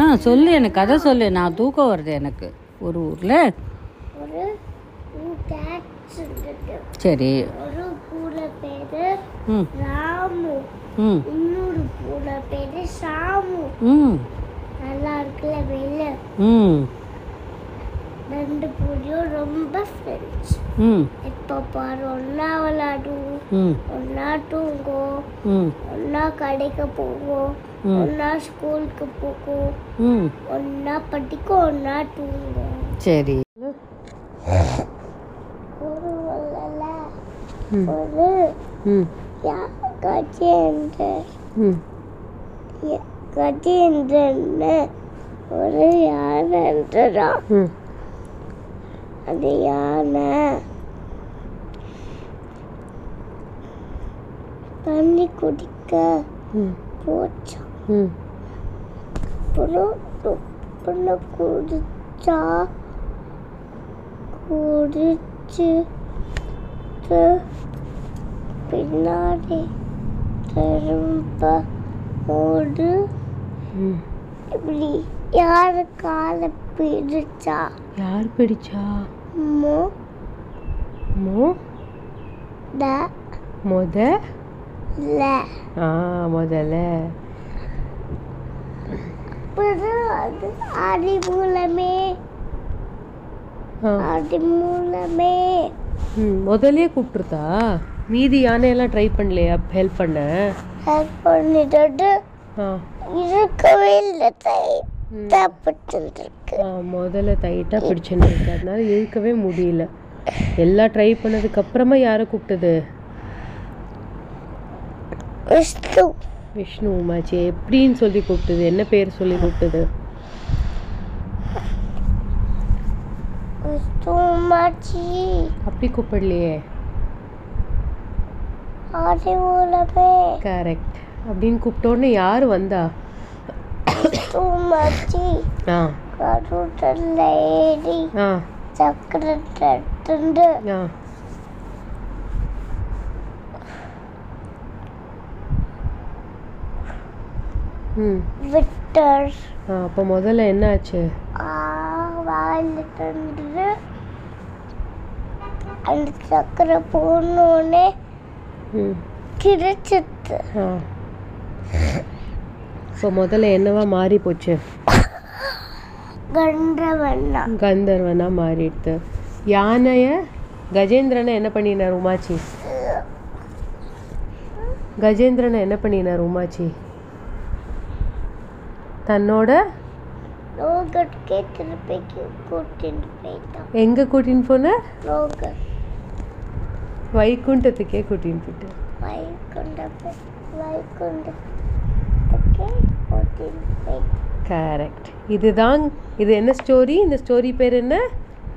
ஆ சொல்லு எனக்கு கதை சொல்லு நான் தூக்கம் வருது எனக்கு ஒரு ஊரில் ஒரு கேட்ஸ் இருந்தது சரி ஒரு பூனை பேரு ம் ராமு ம் இன்னொரு பூனை பேரு சாமு ம் நல்லா இருக்குல்ல வெளில ம் ரெண்டு பூனையும் ரொம்ப ஃப்ரெண்ட்ஸ் ம் எப்போ பாரு ஒன்னா விளையாடும் ம் ஒன்னா தூங்கும் ம் ஒன்னா கடைக்கு போகும் ம். ஒன்னா ஸ்கூலுக்கு போகும் ம் ஒன்னா படிக்கும் ஒன்னா தூங்கும் சரி ஒரு வள்ளல ம். ஒரு ம் கஜேந்திரன் ம் ய- கஜேந்திரன்னு ஒரு யானை இருந்ததா ம் அது யானை தண்ணி குடிக்க ம் போச்சா ம் அப்புறம் துப்புன்னு குடிச்சா குடிச்சுட்டு பின்னாடி திரும்ப ஓடு ம் இப்படி யாரு காலை பிடிச்சா யார் பிடிச்சா மோ மோ ட முத ல ஆ முதல்ல அப்புறம் அது அடி மூலமே ஆ அடி மூலமே ம் முதல்லயே கூப்பிட்டுருதா மீதி யானையெல்லாம் ட்ரை பண்ணலையா ஹெல்ப் பண்ண ஹெல்ப் பண்ணிட்டு ஆ இருக்கவே இல்லை தை- தப்பிச்சிருக்கு ஆ, முதல்ல டைட்டாக பிடிச்சுன்னு இருக்கு. அதனால இருக்கவே முடியல எல்லாம் ட்ரை பண்ணதுக்கு அப்புறமா யாரை கூப்பிட்டது விஷ்ணு விஷ்ணு உமாச்சி எப்படின்னு சொல்லி கூப்பிட்டது என்ன பேர் சொல்லி கூப்பிட்டது விஷ்ணு மாச்சி அப்படி கூப்பிடலையே ஆதி மூலமே கரெக்ட் அப்படின்னு கூப்பிட்டோன்னு யார் வந்தா விஷ்ணு மாச்சி ஆ கருடல்ல ஏறி ஆ சக்கரத்துண்டு ஆ ம் விட்டர் ஆ அப்போ Hmm. Ah, முதல்ல என்ன ஆச்சு வாழ்ந்துட்டு அந்த சக்கரை போனோடனே ம் கிழிச்சிட்டு ஆ ஸோ Ah. முதல்ல என்னவா மாறி போச்சு கண்டவண்ணா கந்தர்வனா மாறிடுது யானைய கஜேந்திரனை என்ன பண்ணினார் உமாச்சி கஜேந்திரனை என்ன பண்ணினார் உமாச்சி தன்னோட லோகத்துக்கே திருப்பிக்கு கூட்டிட்டு போயிட்டான் எங்க கூட்டின்னு போன லோகர் வைகுண்டத்துக்கே கூட்டின்னு போயிட்டு வைகுண்ட வைகுண்டத்துக்கே கூட்டிட்டு போயிட்டான் கரெக்ட் இதுதான் இது என்ன ஸ்டோரி இந்த ஸ்டோரி பேர் என்ன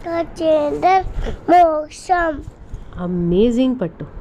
கஜேந்தர் மோக்ஷம் அமேசிங் பட்டு